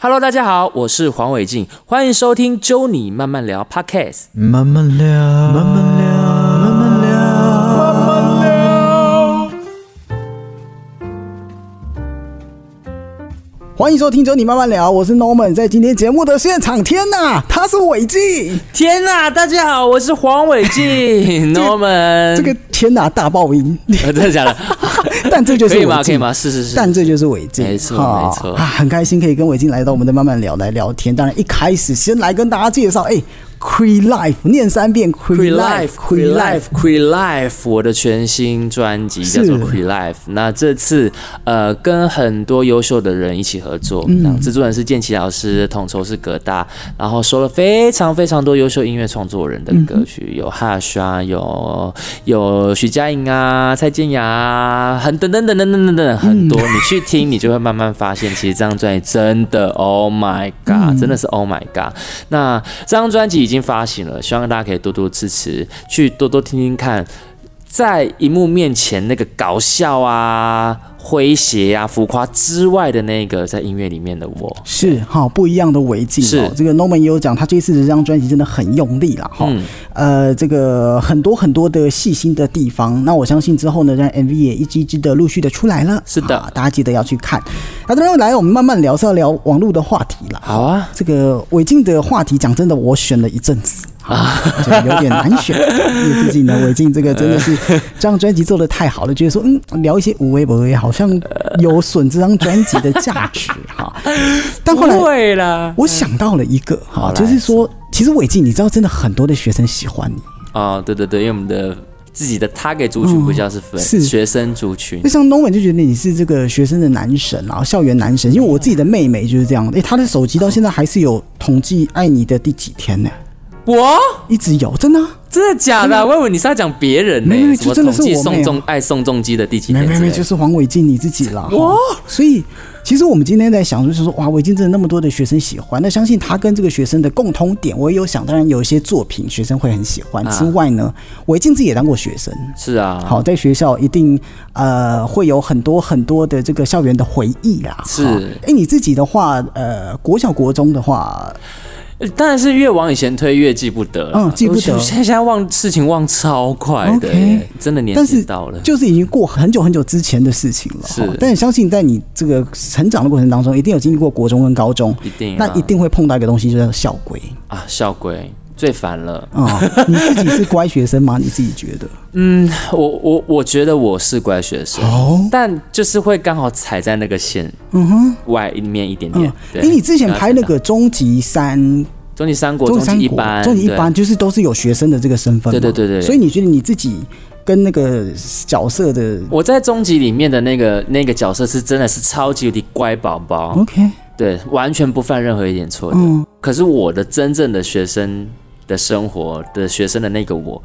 Hello，大家好，我是黄伟晋，欢迎收听《揪你慢慢聊》Podcast。慢慢聊，慢慢聊，慢慢聊，慢慢聊。欢迎收听《九你慢慢聊》，我是 Norman，在今天节目的现场，天哪，他是伟记，天呐、大家好，我是黄伟晋，Norman。 这个天哪大爆音， 呃 真的假的？但这就是可以伟吗？可以记，吗？是是是。但这就是伟记，没错哈没错啊，很开心可以跟伟静来到我们的慢慢聊来聊天。当然，一开始先来跟大家介绍，哎，Cree Life，念三遍 Cree Cree Life，Cree Life，Cree Life。 Life，Cree Life，我的全新专辑叫做是 Cree Life。那这次呃，跟很多优秀的人一起合作，嗯那制作人是建奇老师，统筹是葛大，然后收了非常非常多优秀音乐创作人的嗯歌曲，有 Hush 啊，有有徐佳莹啊，蔡健雅啊，很等等等等等等等很多，你去听，你就会慢慢发现，其实这张专辑真的，Oh my God，真的是 Oh my God。那这张专辑已经发行了，希望大家可以多多支持，去多多听听看，在荧幕面前那个搞笑啊、诙谐啊、浮夸之外的那个，在音乐里面的我，是哈、不一样的违禁是哦。这个 Norman 也有讲，他这次的这张专辑真的很用力啦哈、嗯呃，这个很多很多的细心的地方，那我相信之后呢，让 MV 也一支一支的陆续的出来了。是的啊大家记得要去看。那这边来，我们慢慢聊是要聊网络的话题啦。好啊，这个违禁的话题，讲真的，我选了一阵子啊，就有点难 选。因为毕竟呢，违禁这个真的是这张专辑做的太好了，觉得说嗯，聊一些无微不微，好像有损这张专辑的价值 哈。但后来不会啦，我想到了一个好哈来，就是说，其实伟静，你知道，真的很多的学生喜欢你。哦，对对对，因为我们的自己的 target 族群不叫嗯是粉、是学生族群就，像 Norman 就觉得你是这个学生的男神啊，校园男神。因为我自己的妹妹就是这样，诶、她的手机到现在还是有统计爱你的第几天呢、我一直有，真的啊、真的假的啊？我以为你是要讲别人呢、没有没有什么就真统的是计我宋妹啊仲爱宋仲基的第几没天没之类没，就的？哦是黄伟晋你自己啦。哇哇！所以其实我们今天在想，就是说，哇，伟晋真的那么多的学生喜欢，那相信他跟这个学生的共通点，我也有想，当然有一些作品学生会很喜欢之外呢，伟晋自己也当过学生。是啊，好，在学校一定呃会有很多很多的这个校园的回忆啦。是哎、诶你自己的话，呃，国小国中的话，呃当然是越往以前推越记不得了，嗯记不得我现在现在忘事情忘超快的 OK 耶真的年但纪是到了。就是已经过很久很久之前的事情了。是哈但相信在你这个成长的过程当中，一定有经历过国中跟高中，一定啊那一定会碰到一个东西，就叫校规啊，校规最烦了。啊。 你自己是乖学生吗？你自己觉得？我我我觉得我是乖学生，哦但就是会刚好踩在那个线嗯哼，外面一点嗯点。，对哎、你之前拍那个终极三终极三国、中终山极一国班、中级一对班就是都是有学生的这个身份对嘛，对对对对所以你觉得你自己跟那个角色的我在终极里面的那个那个角色是真的是超级无敌乖宝宝， OK，对，完全不犯任何一点错的。嗯可是我的真正的学生的生活的学生的那个我，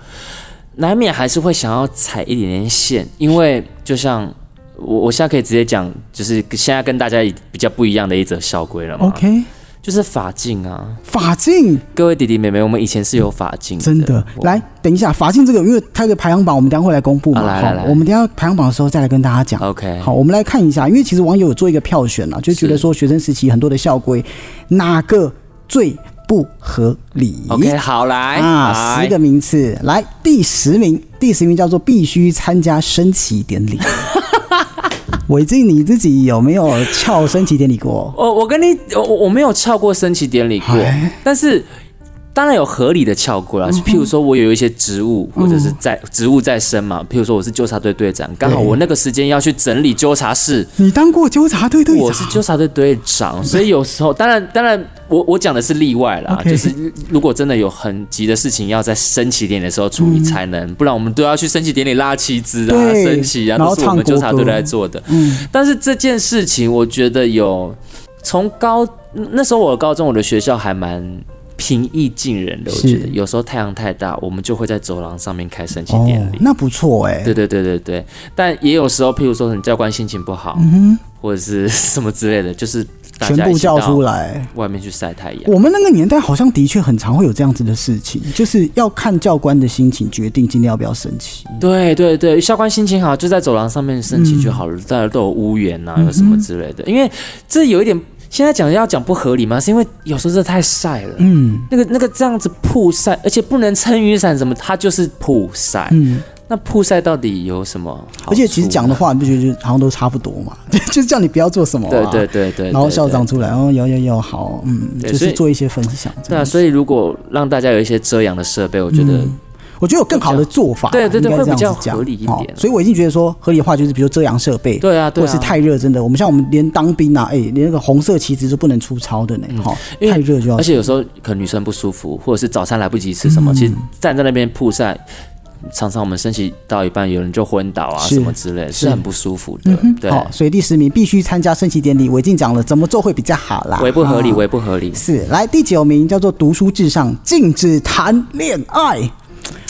难免还是会想要踩一点点线，因为就像我我现在可以直接讲，就是现在跟大家比较不一样的一则校规了嘛，OK，就是法镜啊，法镜各位弟弟妹妹，我们以前是有法镜，真的嗯我来等一下，法镜这个因为它的排行榜我们等一下会来公布嘛，啊来好来来我们等一下排行榜的时候再来跟大家讲。 ，OK，好，我们来看一下，因为其实网友有做一个票选啊啦，就觉得哎是说学生时期很多的校规哪个最不合理，OK，好来啊，来十个名次，来第十名，第十名叫做必须参加升旗典 礼。伟静，你自己有没有翘升旗典礼过？哦我我跟你，我我没有翘过升旗典礼过哎，但是当然有合理的翘过啦。譬如说我有一些职务，或者是在职务在身嘛，譬如说我是纠察队队长，刚好我那个时间要去整理纠察室，你当过纠察队队我是长？纠察队队长，所以有时候当然当然我我讲的是例外啦， OK 就是如果真的有很急的事情要在升旗典礼的时候处理才能，不然我们都要去升旗典礼拉旗子啊、嗯对升旗啊，然都后是我们唱纠国察队歌来做的。嗯，但是这件事情，我觉得有从高那时候我高中我的学校还蛮平易近人的，我是觉得有时候太阳太大，我们就会在走廊上面开升旗哦典礼。，那不错哎、对对对对对，但也有时候，譬如说，你教官心情不好，或者是什么之类的，就是大嗯全家一部起叫出到来。外面去晒太阳。我们那个年代好像的确很常会有这样子的事情，就是要看教官的心情决定今天要不要升旗。对对对，教官心情好嗯啊就在走廊上面升旗就好了，大家都有屋檐呐、有什么之类的。因为这有一点现在讲要讲不合理吗？是因为有时候真的太晒了，嗯那个那个这样子曝晒，而且不能撑雨伞什么，它就是曝晒。嗯，那曝晒到底有什么好处呢？啊而且其实讲的话，你不觉得就好像都差不多嘛？ 就就叫你不要做什么、啊，对，对对对对，然后校对长出来，哦，有有有，好，嗯，对就所是以做一些分享。对啊，所以如果让大家有一些遮阳的设备，我觉得、嗯我觉得有更好的做法，啊对对对应该这样子会比较讲合理一点啊哦。所以我已经觉得说，合理化就是比如说遮阳设备，对啊对啊或是太热，真的，我们像我们连当兵啊，哎，连那个红色旗帜都不能出操的呢，哈，嗯因为太热就要嗯而。且有时候可能女生不舒服，或者是早餐来不及吃什么，其实站在那边曝晒，常常我们升旗到一半，有人就昏倒啊是什么之类，是嗯是很不舒服的。对，好，哦所以第十名必须参加升旗典礼，我已经讲了怎么做会比较好啦。啊为不合理，哈为不合理。是来第九名叫做读书至上，禁止谈恋爱，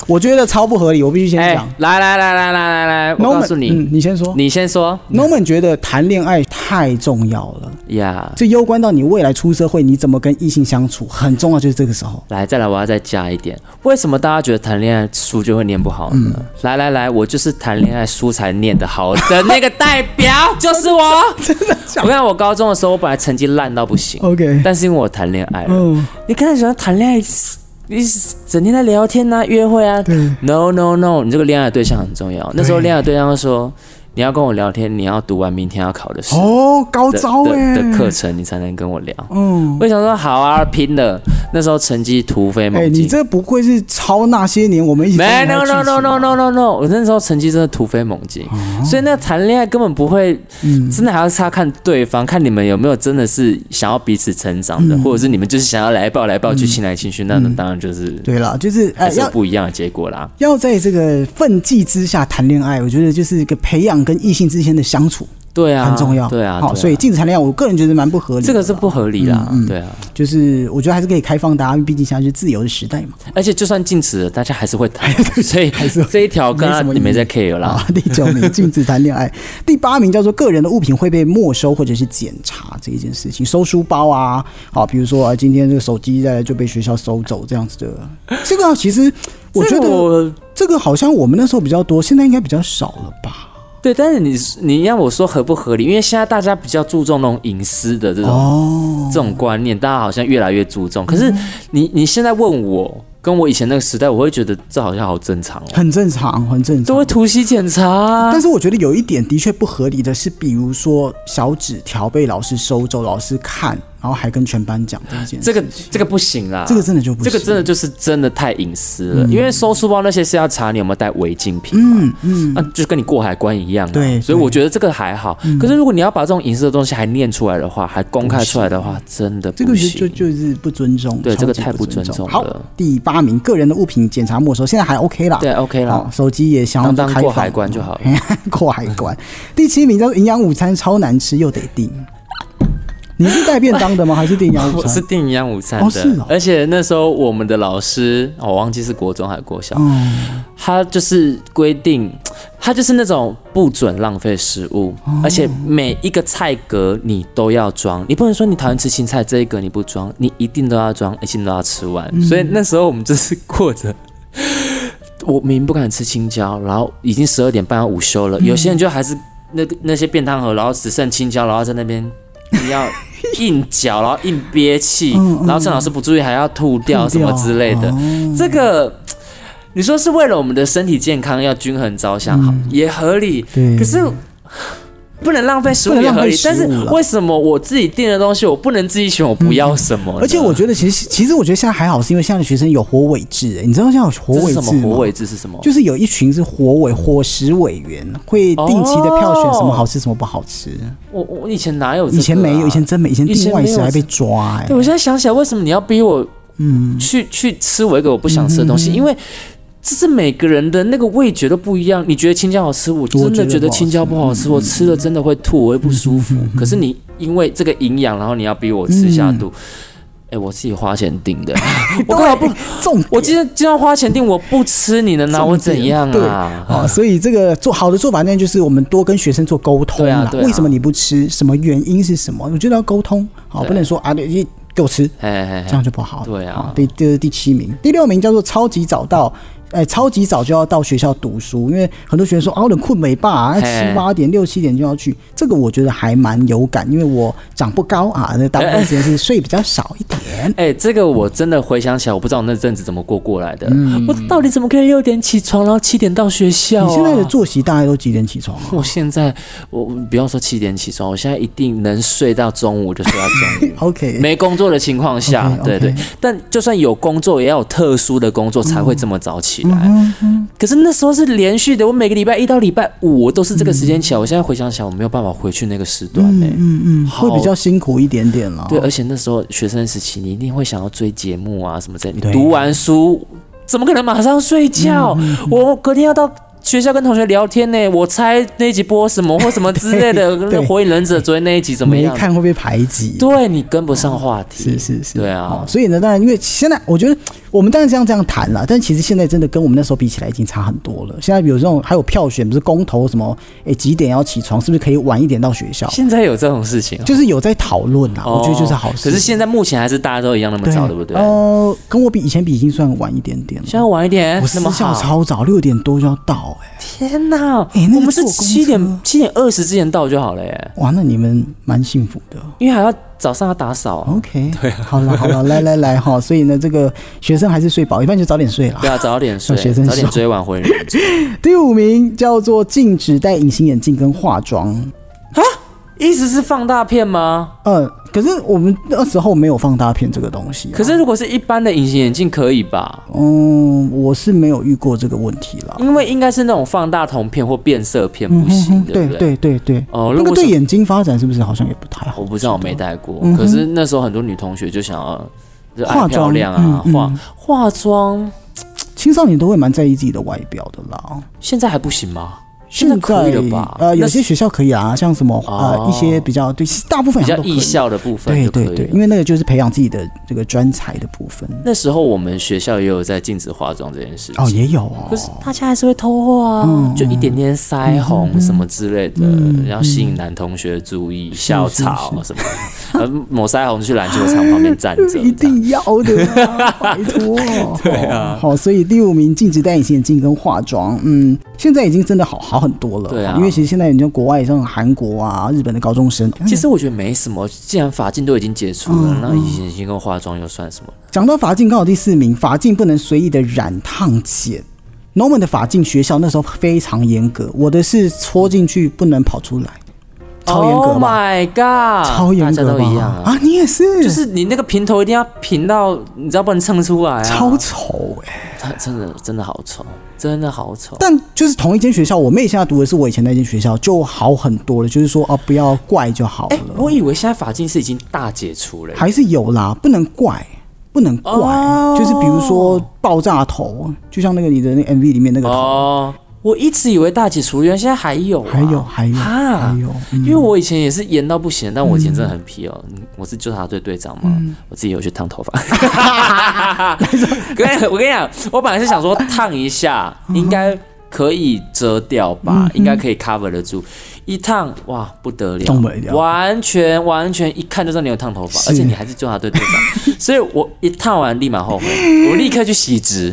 我觉得超不合理，我必须先哎讲。，来来来来来来来，我 Norman，告诉嗯你，你先说。你先说 Norman 觉得谈恋爱太重要了，呀。这攸关到你未来出社会你怎么跟异性相处，很重要，就是这个时候。来，再来，我要再加一点。为什么大家觉得谈恋爱书就会念不好呢？来来来，我就是谈恋爱书才念得好的那个代表，就是我。 真的哦我看我高中的时候，我本来成绩烂到不行 OK，但是因为我谈恋爱了。嗯，你看，喜欢谈恋爱，你整天在聊天呐、约会啊。对 No No No，你这个恋爱对象很重要。那时候恋爱对象说，你要跟我聊天，你要读完明天要考的试哦，高的招哎、的的课程，你才能跟我聊。嗯，我想说好啊，拼了！那时候成绩突飞哎、猛你进。这不愧是抄那些年我们一起没中，no 文的 no 剧情哦 no 吧 no no no no，我那时候成绩真的突飞猛进，所以那谈恋爱根本不会，嗯真的还要差看对方，看你们有没有真的是想要彼此成长嗯的，或者是你们就是想要来抱来抱去、亲来亲去，那那当然就是对了，就是还嗯呃是有要不一样的结果啦。要在这个奋际之下谈恋爱，我觉得就是一个培养跟异性之间的相处对啊，很重要。对啊，好，对啊所以禁止谈恋爱，我个人觉得蛮不合理的啦。这个是不合理啦嗯嗯，对啊，就是我觉得还是可以开放大家，因为毕竟现在是自由的时代嘛。而且就算禁止了，大家还是会谈，所以是会这一条跟没他什么你没意义在 care 啦。啊，第 九名禁止 谈恋爱，第八名叫做个人的物品会被没收或者是检查这一件事情，收书包啊，好，比如说啊，今天这个手机在就被学校收走这样子的，这个其实我觉这个得我这个好像我们那时候比较多，现在应该比较少了吧？对，但是你你让我说合不合理，因为现在大家比较注重那种隐私的这种、哦，嗯这种观念，大家好像越来越注重。可是你你现在问我，跟我以前那个时代，我会觉得这好像好正常 哦，很正常，很正都常。会突袭检查啊、但是我觉得有一点的确不合理的是，比如说小纸条被老师收走，老师看，然后还跟全班讲这件事，这个这个不行啦，这个真的就不这个行真的就是真的太隐私了，因为收书包那些是要查你有没有带违禁品嘛，嗯嗯，那、就跟你过海关一样、啊。对所以对嗯我觉得这个还好。可是如果你要把这种隐私的东西还念出来的话，还公开出来的话，真的不嗯这行。个就就就是不尊重，对超级这个太不不尊尊重了好，第八名，个人的物品检查没收，现在还 OK 啦。对，OK 啦。好，手机也想要当当开过放海关就好了， 过海关。第七名叫做营养午餐超难吃又得订，你是带便 当的吗？还是订营养午我是餐？订营养午餐哦的，是哦而且那时候我们的老师，哦我忘记是国中还是国小，嗯，他就是规定，他就是那种不准浪费食物，哦而且每一个菜格你都要装，你不能说你讨厌吃青菜这一格你不装，你一定都要装，一定都要吃完。嗯所以那时候我们就是过着。我明明不敢吃青椒，然后已经十二点半要午休嗯了，有些人就还是那个那些便当盒，然后只剩青椒，然后在那边你要硬嚼，然后硬憋气，嗯嗯然后趁老师不注意还要吐掉什么之类的，哦这个。你说是为了我们的身体健康要均衡着想，好、也合理。嗯对可是不能浪费食物不能也浪费合理。食物但是啦为什么我自己订的东西我不能自己选，我不要什么呢、而且我觉得其实其实我觉得现在还好，是因为现在的学生有活委制，哎你知道现在有活这委是什制么吗活？尾制是什么？就是有一群是活委伙食委员，会定期的票选什哦么好吃，什么不好吃。我我以前哪有、啊以前没有，以前。真没，以前以前订外没有食还被这抓、哎对，我现在想起来，为什么你要逼我，嗯，去去吃我一个我不想吃的东西？因为这是每个人的那个味觉都不一样。你觉得青椒好吃，我真觉的觉得得不好青椒不好吃，我吃了真的会吐，我会不舒服。可是你因为这个营养，然后你要逼我吃下肚，哎，我自己花钱订的，我干嘛不？重我今天今天花钱订，我不吃，你能拿我怎样啊？啊，所以这个做好的做法，那就是我们多跟学生做沟通对啦。啊对啊为什么你不吃？什么原因是什么？我觉得要沟通，好，不能说啊，你你给我吃，哎哎哎，这样就不好。对啊好第这是第七名，第六名叫做超级早到哎、超级早就要到学校读书，因为很多学生说啊，我有点困没爸、啊，嘿七八点、六七点就要去。这个我觉得还蛮有感，因为我长不高啊，那大部分时间是睡比较少一 点。哎、这个我真的回想起来，我不知道我那阵子怎么过过来的。我到底怎么可以六点起床，然后七点到学校、啊？你现在的作息大概都几点起床啊？ 我现在，我我不要说七点起床，我现在一定能睡到中午就睡到中午。 OK，没工作的情况下 OK，OK 对对，但就算有工作，也要有特殊的工作才会这么早起来。可是那时候是连续的，我每个礼拜一到礼拜五我都是这个时间起来。我现在回想起来，我没有办法回去那个时段呢、嗯嗯，好会比较辛苦一点点了。对，而且那时候学生时期，你一定会想要追节目啊什么之类的。对你读完书，怎么可能马上睡觉？嗯我隔天要到。学校跟同学聊天呢、我猜那一集播什么或什么之类的， 对跟火影忍者昨天那一集怎么没样？看会被排挤。对你跟不上话题，是是是，对啊哦，所以呢，当然，因为现在我觉得我们当然这样这样谈了，但其实现在真的跟我们那时候比起来已经差很多了。现在有这种还有票选，不是公投什么，诶，几点要起床，是不是可以晚一点到学校？现在有这种事情哦、就是有在讨论啊，我觉得就是好事。哦可是现在目前还是大家都一样那么早，对不对？呃，跟我比以前比已经算晚一点点现了。在晚一点我，那私么校好。超早，六点多就要到、哎诶。天哪，那个我们是坐公车七点七点二十之前到就好了耶，哇，那你们蛮幸福的。因为还要早上要打扫啊。 OK，对、好了好了，来来来哈，所以呢，这个学生还是睡饱，一般就早点睡啦。 对啊，早点睡，要学生早点爽追晚回人。第五名叫做禁止戴隐形眼镜跟化妆。 意思是放大片吗？呃，可是我们那时候没有放大片这个东西、啊。可，是如果是一般的隐形眼镜可以吧？嗯，我是没有遇过这个问题啦。因为应该是那种放大瞳片或变色片不行，嗯对不对？对对对，哦如那个果对是眼睛发展是不是好像也不太好？我不知道，我没戴过。可是那时候很多女同学就想要就爱化漂妆亮啊，嗯嗯化化妆，青少年都会蛮在意自己的外表的啦。现在还不行吗？现在现可以了吧？呃，有那些学校可以啊，像什么呃哦一些比较对，大部分比好较像都哎可以艺。校的部分对就可以对了。对，因为那个就是培养自己的这个专才的部分。那时候我们学校也有在禁止化妆这件事情。哦，也有哦。可是大家还是会偷画啊，就一点点腮红什么之类的，然后吸引男同学注意，校草什么的，呃，抹腮红去篮球场旁边站 着，一定要 的啊、拜托。对啊，好，所以第五名禁止戴隐形眼镜跟化妆，嗯，现在已经真的好好很多了。对啊因为其实现在你像国外像韩国啊、日本的高中生，其实我觉得没什么，既然法禁都已经解除了，那隐形眼镜跟化妆又算什么？讲到法镜，刚好第四名，法镜不能随意的染烫剪。Norman 的法镜学校那时候非常严格，我的是戳进去不能跑出来，超严格 Oh 吧 my god！超严格大吧家都一样啊，啊！你也是，就是你那个平头一定要平到，你知道不能蹭出来啊，超丑哎、他真的真的好丑，真的好丑。但就是同一间学校，我妹现在读的是我以前那间学校，就好很多了。就是说，哦、不要怪就好了哎、，我以为现在法禁是已经大解除了耶，还是有啦，不能怪，不能怪。哦就是比如说爆炸头，就像那个你的那个 MV 里面那个头，哦，我一直以为大解除，原来现在还有啊、还有还有哈还有嗯因为我以前也是严到不行，但我以前真的很皮哦，嗯我是纠察队队长嘛，嗯我自己有去烫头发。 跟 我跟你讲，我本来是想说烫一下嗯应该可以遮掉吧，应该可以 cover 得住。一烫哇不得了，动不了完全完全一看就知道你有烫头发，是而且你还是纠察队队长， 所以我一烫完立马后悔，我立刻去洗 直，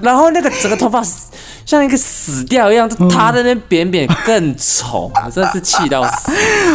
然后那个整个头发死像一个死掉一样，就塌在那边扁扁，更丑，我真的是气到死。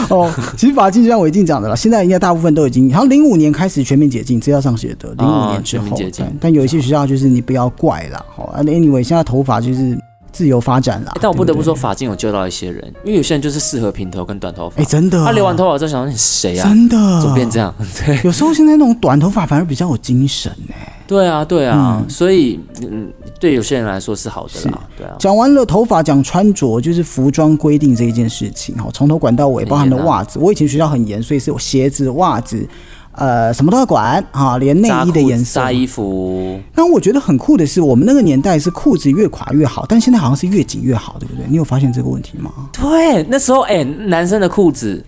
哦。其实法禁就像我已经讲的了，现在应该大部分都已经，好像零五年开始全面解禁，资料上写的零五哦年之全面后、解禁但但有一些学校就是你不要怪啦，好、哦、，anyway，现在头发就是自由发展啦。但我不得对不对说，，法镜有救到一些人，因为有些人就是适合平头跟短头发。哎、真的，他留完头发之后想说你谁呀、真的怎么变这样？对有时候现在那种短头发反而比较有精神欸呢、对啊，对啊，所以嗯，对有些人来说是好的啦，对啊。讲完了头发，讲穿着，就是服装规定这一件事情，哈，从头管到尾，包含了袜子。我以前学校很严，所以是有鞋子、袜子，呃，什么都要管哈，连内扎衣的裤颜子色。扎衣服，那我觉得很酷的是，我们那个年代是裤子越垮越好，但现在好像是越紧越好，对不对？你有发现这个问题吗？对，那时候哎、男生的裤子，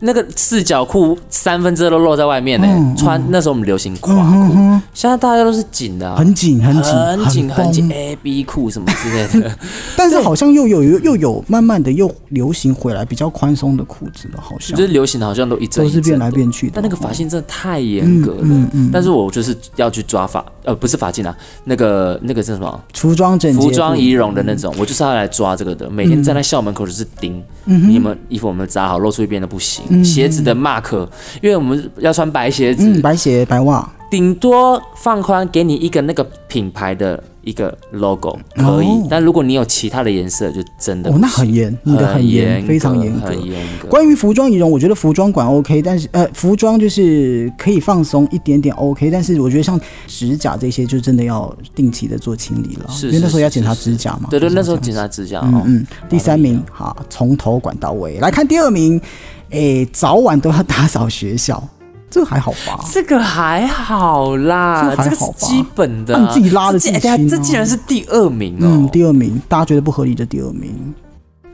那个四角裤三分之二都露在外面呢、嗯穿那时候我们流行垮裤，现在大家都是紧的、啊，很紧，很紧，很紧很紧绷，A B 裤什么之类 的。但是好像又有又又有慢慢的又流行回来比较宽松的裤子了，好像就是流行的好像都一阵都一是嗯阵变的来变去的。哦但那个发型真的太严格了，但是我就是要去抓发，呃不是发髻啊，那个那个是什么？啊服装整洁，服装仪容的那嗯种，我就是要来抓这个的。每天站在校门口就是盯，嗯你们衣服我们扎好，露出一边的不行。鞋子的 mark，因为我们要穿白鞋嗯，子，白鞋白袜，顶多放宽给你一个那个品牌的一个 logo 可以哦，但如果你有其他的颜色，就真的哦不，那行很严，你的很严，格非常严格。很严格。关于服装仪容，我觉得服装馆 OK，但是呃，服装就是可以放松一点点 OK，但是我觉得像指甲这些，就真的要定期的做清理了，是因为那时候是要是检查是指甲嘛。对对，就是那要时候这样警察指甲嗯哦，嗯，第三名好，从头管到尾。来看第二名，诶，早晚都要打扫学校，这还好 吧？这个还好啦，这还好吧这个是基本的、啊那你自己拉的自己这竟哎等下清啊这竟然是第二名哦。嗯，第二名，大家觉得不合理的第二名。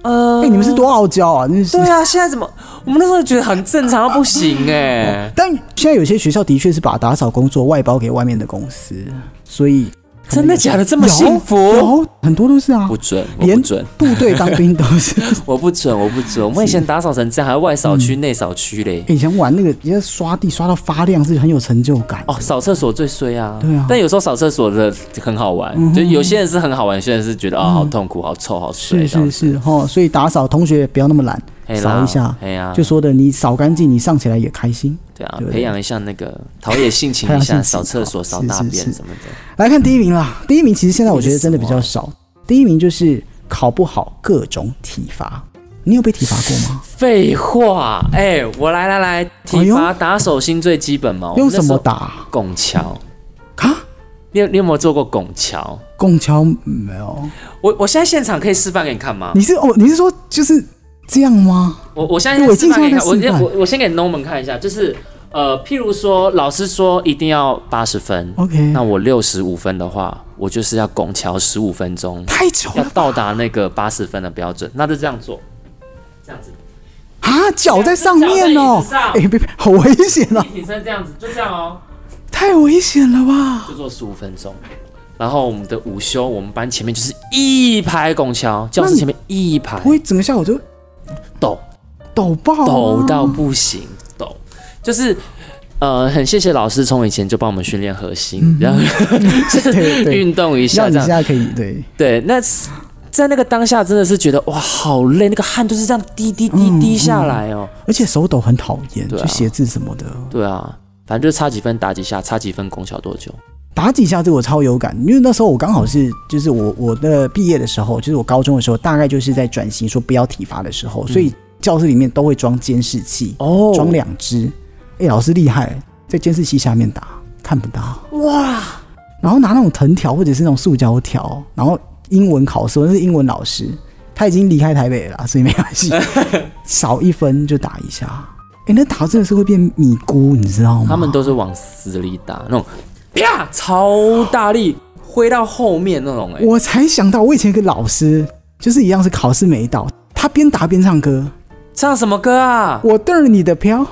呃，哎、你们是多傲娇啊！真是对。啊，现在怎么？我们那时候觉得很正常到不行哎、但现在有些学校的确是把打扫工作外包给外面的公司，所以真的假的？这么有幸福？有很多都是啊不，准，我不连准，部队当兵都是。 我不准，我不准。我们以前打扫成这样，还外扫嗯区、内扫区嘞。以前玩那个，直接刷地刷到发亮是很有成就感。哦，扫厕所最衰啊！对啊嗯但有时候扫厕所的很好玩，就有些人是很好玩，有些人是觉得啊、好痛苦、好臭、好衰是这样是子。是哦，所以打扫同学不要那么懒，嘿啦扫一下，嘿呀就说的你扫干净，你上起来也开心。对啊对，不对培养一下那个陶冶性情 培一养下，性情扫厕所、好扫是大是便是什么的。来看第一名啦，第一名其实现在我觉得真的比较哦少，啊第一名就是考不好各种体罚。你有被体罚过吗？废话，哎、我来来来，哎体呦罚打手心最基本嘛。用什么打？打拱桥，啊？你有你有没有做过拱桥？拱桥没有？我我现在现场可以示范给你看吗你？是哦？你是说就是这样吗？我我现在我已示经范给你看，现在在示我范我我先给 Norman 看一下，就是呃，譬如说老师说一定要八十分 OK 那我六十五分的话，我就是要拱桥十五分钟，太丑要了到达那个八十分的标准，那就这样做，这样子。啊！脚在上面脚在椅哦子上，哎、别别，好危险啊！挺身这样子，就这样哦，太危险了吧？就做十五分钟。然后我们的午休，我们班前面就是一排拱桥，教室前面一排我整个下午就抖抖爆、啊，抖到不行，抖就是。呃，很谢谢老师从以前就帮我们训练核心， 然后 对 对运动一下让你这现样。在可以对，对，那是在那个当下真的是觉得哇，好累，那个汗都是这样滴滴滴滴下来哦。而且手抖很讨厌，对啊就写字什么的，对啊，反正就差几分打几下，差几分拱桥多久。打几下这个我超有感，因为那时候我刚好是就是我我的毕业的时候，就是我高中的时候，大概就是在转型说不要体罚的时候，所嗯以教室里面都会装监视器，哦装两只。哎、老师厉害，在监视器下面打看不到哇，然后拿那种藤条或者是那种塑胶条，然后英文考试，我那是英文老师，他已经离开台北了啦，所以没关 系，少一分就打一下。哎、那打真的是会变米糊，你知道吗？他们都是往死里打，那种啪超大力挥到后面那种、欸，我才想到，我以前有个老师，就是一样是考试没到，他边打边唱歌，唱什么歌啊？我对儿你的飘，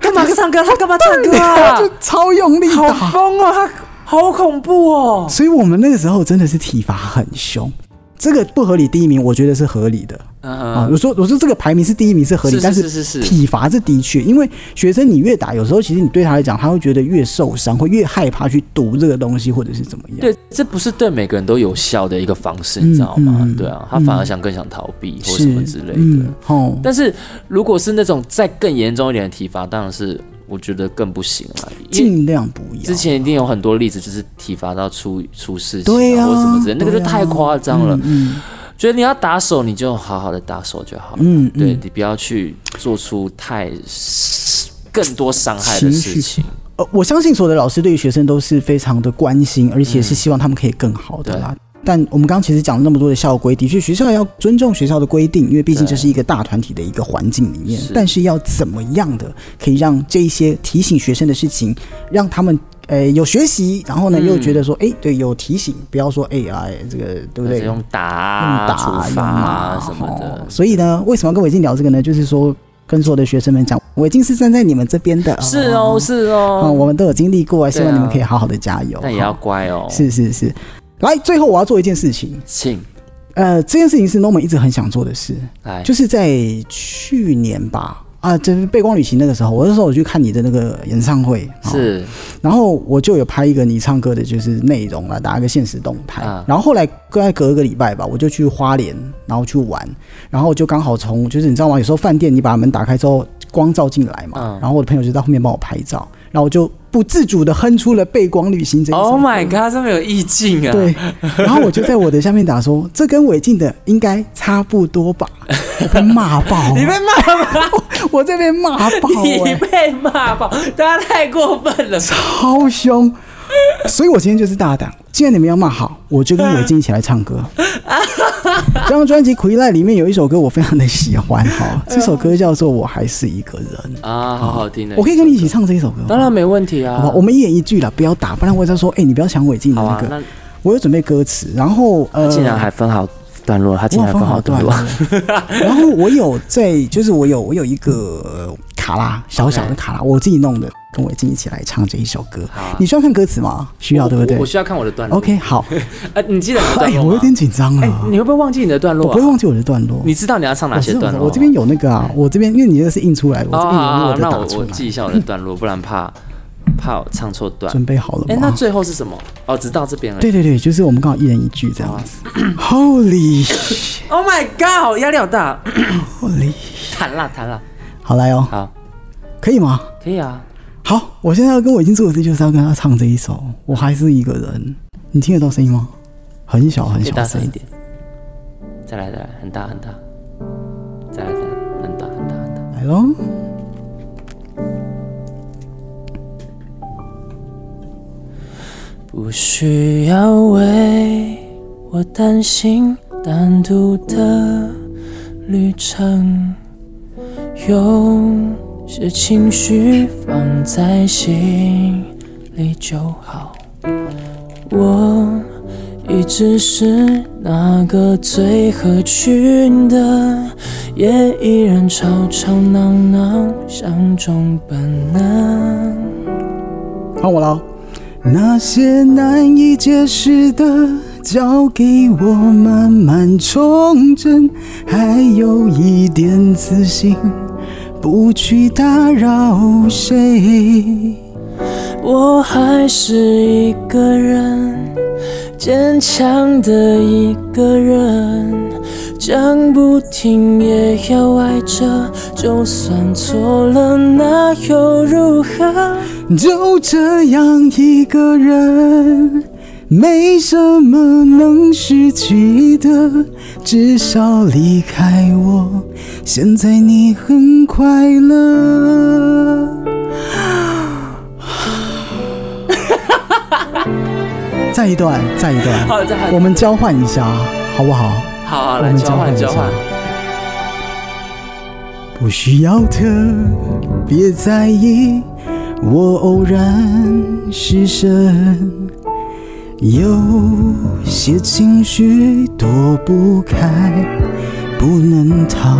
干嘛唱歌？他干嘛对唱儿你歌的啊飘，？就超用力好打。疯哦，他好恐怖哦！所以我们那个时候真的是体罚很凶，这个不合理第一名，我觉得是合理的。啊，嗯，我说我说这个排名是第一名是合理，是是但是是是体罚这的确，因为学生你越打，有时候其实你对他来讲，他会觉得越受伤，会越害怕去读这个东西或者是怎么样。对，这不是对每个人都有效的一个方式，你知道吗？嗯嗯对啊，他反而想更想逃避或什么之类的。嗯，哦，但是如果是那种再更严重一点的体罚，当然是我觉得更不行了。因为尽量不要。之前一定有很多例子，就是体罚到出出事情、啊，对呀、或什么之类的，那个对就啊太夸张了。嗯觉得你要打手，你就好好的打手就好了。嗯嗯对你不要去做出太更多伤害的事情。呃，我相信所有的老师对于学生都是非常的关心，而且嗯是希望他们可以更好的啦。但我们刚刚其实讲了那么多的校规，的确学校要尊重学校的规定，因为毕竟这是一个大团体的一个环境里面。是但是要怎么样的可以让这一些提醒学生的事情，让他们呃有学习，然后嗯呢又觉得说，哎、对，有提醒，不要说哎哎这个对就不是对？用打、用啊、打处罚用啊骂什么的哦。所以呢，为什么要跟伟静聊这个呢？就是说跟所有的学生们讲，伟静是站在你们这边的。是哦，是哦。啊、我们都有经历过啊，希对望你们啊可以好好的加油。但也要好乖哦。是是是。来，最后我要做一件事情，请哎呃，这件事情是 Norman 一直很想做的事，来，就是在去年吧，啊，就是背光旅行那个时候，我那时候我去看你的那个演唱会，哦，是然后我就有拍一个你唱歌的，就是内容啦，打一个现实动态。啊然后后来大概隔一个礼拜吧，我就去花莲，然后去玩，然后就刚好从就是你知道吗？有时候饭店你把门打开之后，光照进来嘛，嗯然后我的朋友就在后面帮我拍照，然后我就不自主的哼出了《背光旅行》这一首歌。 ，Oh my god，这么有意境啊！对，然后我就在我的下面打说，这跟违禁的应该差不多吧？我被骂爆，啊 你被骂吧， 我这边骂爆、 你欸，被骂吧，大家太过分了吧。超凶。所以我今天就是大胆，既然你们要骂好，我就跟伟静一起来唱 歌。这张专辑《Queen》里面有一首歌我非常的喜欢 哈，这首歌叫做《我还是一个人啊，好好听的，》，我可以跟你一起，唱这一首歌吗。当然没问题啊。好吧，我们一人一句啦，不要打，不然我就说，哎、你不要抢伟静的好那啊，个。那我有准备歌词，然后呃，竟然还分好段落，他竟我然分好好段段落， 然后我有在，就是我有我有一个卡拉，小小的卡拉，我自己弄的，跟伟静一起来唱这一首歌。好啊你需要看歌词吗？需要对不我对我需要看我的段落。 ？OK，好。呃，你记得你的哎 段，落我有吗？点紧张了哎，，你会不会忘记你的段我落不啊？会忘记我的段落。你知道你要唱哪我些知道段我知落道吗？我这边有那个啊，我这边因为你这个是印出来的，我这哦边有好那个好，那打我出我来。记一下我的段落，不然怕怕我唱错段。准备好了哎，那吗？最后是什么？哦，只到这边了。对对对，就是我们刚好一人一句这样哦子。Holy shit， ，Oh my god，压力好大。 Holy，弹啦弹啦，好来哦，好，可以吗？可以啊。好，我现在要跟我已经做的事就是要跟他唱这一首《我还是一个人》，你听得到声音吗？很小很可以小大声声一，点，再来再来，很大很大，再来再来，很大很大很大。来喽。不需要为我担心单独的旅程，有些情绪放在心里就好。我一直是那个最合群的，也依然吵吵闹闹，像种本能。换我了哦。那些难以解释的，交给我慢慢重整，还有一点自信，不去打扰谁。我还是一个人，坚强的一个人，讲不听也要爱着，就算错了那又如何？就这样一个人，没什么能失去的，至少离开我，现在你很快乐。 再一段，再一段，好，再喊我们交换一下，好不好？好好我来们交换交交换换一，不需要的，别在意。我偶然失声，有些情绪躲不开，不能逃。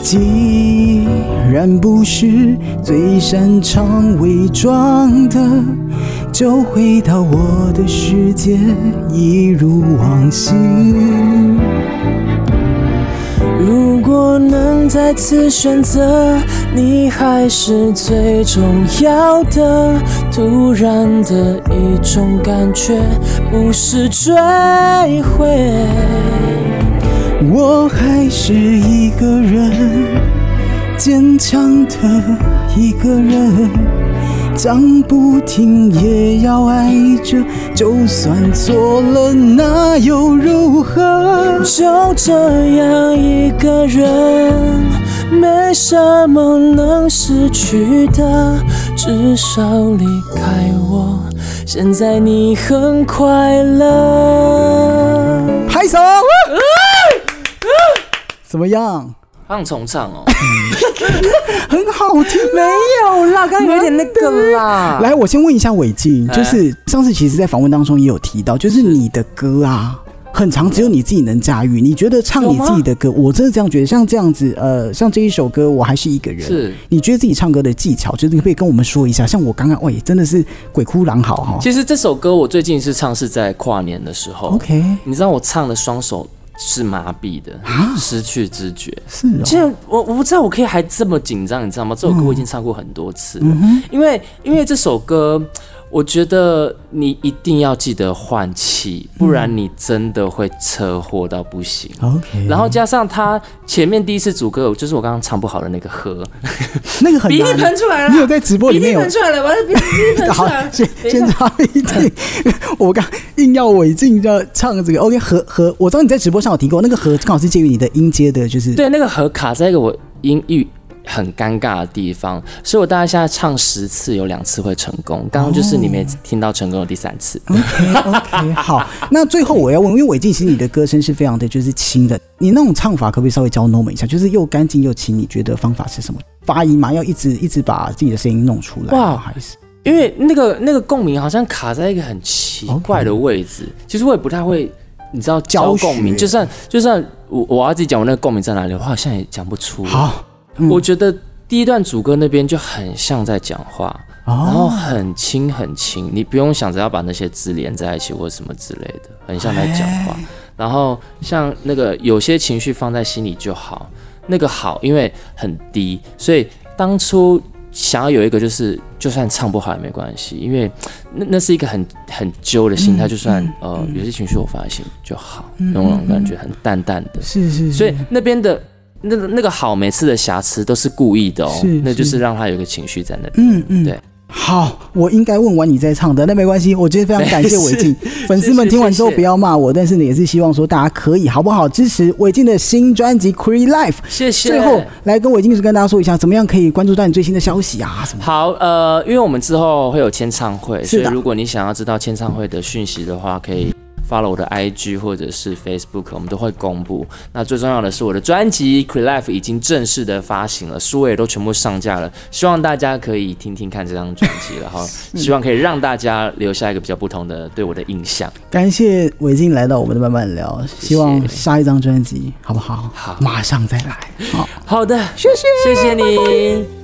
既然不是最擅长伪装的，就回到我的世界，一如往昔。如果能再次选择，你还是最重要的。突然的一种感觉，不是追悔。我还是一个人，坚强的一个人，讲不听也要爱着，就算错了那又如何？就这样一个人，没什么能失去的，至少离开我，现在你很快乐。拍手！怎么样？很重唱哦。很好听，啊没有啦，刚啊有点那个啦。来，我先问一下伟静，啊哎就是上次其实，在访问当中也有提到，就是你的歌啊，很长，只有你自己能驾驭。你觉得唱有你吗自己的歌，我真的这样觉得，像这样子，呃，像这一首歌，我还是一个人。是，你觉得自己唱歌的技巧，就是你可以跟我们说一下。像我刚刚，喂，真的是鬼哭狼嚎哈。其实这首歌我最近是唱是在跨年的时候 OK，你知道我唱的双手是麻痹的，失去知觉。是哦，现在啊我我不知道我可以还这么紧张，你知道吗？嗯这首歌我已经唱过很多次了，因为因为这首歌，我觉得你一定要记得换气，不然你真的会车祸到不行。 OK，然后加上他前面第一次主歌，就是我刚刚唱不好的那个和，那个很 鼻涕难喷。出来了，你有在直播里面 鼻涕有喷出来了，我的鼻涕鼻涕 喷出 好来了，，先等一先下插一句， 我刚硬要违禁要唱这个 OK 和和，我知道你在直播上有提过，那个和刚好是介于你的音阶的，就是对，那个和卡在一个我音域很尴尬的地方，所以我大概现在唱十次，有两次会成功。刚刚就是你们也听到成功的第三次。 OK OK 好。那最后我要问，因为违禁其实你的歌声是非常的就是轻的，你那种唱法可不可以稍微教 Norman 一下？就是又干净又轻，你觉得方法是什么？发音嘛，要一直一直把自己的声音弄出来吗，哇还是因为那个那个共鸣好像卡在一个很奇怪的位置，其实我也不太会，你知道教哦教学共鸣，就算就算我我要自己讲我那个共鸣在哪里，我好像也讲不出。好我觉得第一段主歌那边就很像在讲话，然后哦，很轻很轻，你不用想着要把那些字连在一起或什么之类的，很像在讲话。然后像那个有些情绪放在心里就好，那个好因为很低，所以当初想要有一个就是就算唱不好也没关系，因为那那是一个很很揪的心态，就算呃有些情绪我放在心里就好，那种感觉很淡淡的。是是，所以那边的那个那个好每次的瑕疵都是故意的哦是，那就是是让他有一个情绪在那边。嗯嗯，对。好，我应该问完你再唱的，那没关系。我觉得非常感谢没事伟 静，粉丝们听完之后谢谢不要骂我，但是呢，也是希望说大家可以好不好支持伟静的新专辑《Cree Life》。谢谢。最后来跟伟静跟大家说一下，怎么样可以关注到你最新的消息啊？什么？好，呃，因为我们之后会有签唱会，是所的以如果你想要知道签唱会的讯息的话，可以 follow 我的 IG 或者是 Facebook，我们都会公布。那最重要的是，我的专辑《c r e Life》已经正式的发行了，书也都全部上架了，希望大家可以听听看这张专辑， 然后希望可以让大家留下一个比较不同的对我的印象。感谢伟静来到我们的慢慢聊，希望下一张专辑好不好？好马上再来。好，好的，谢谢，谢谢你。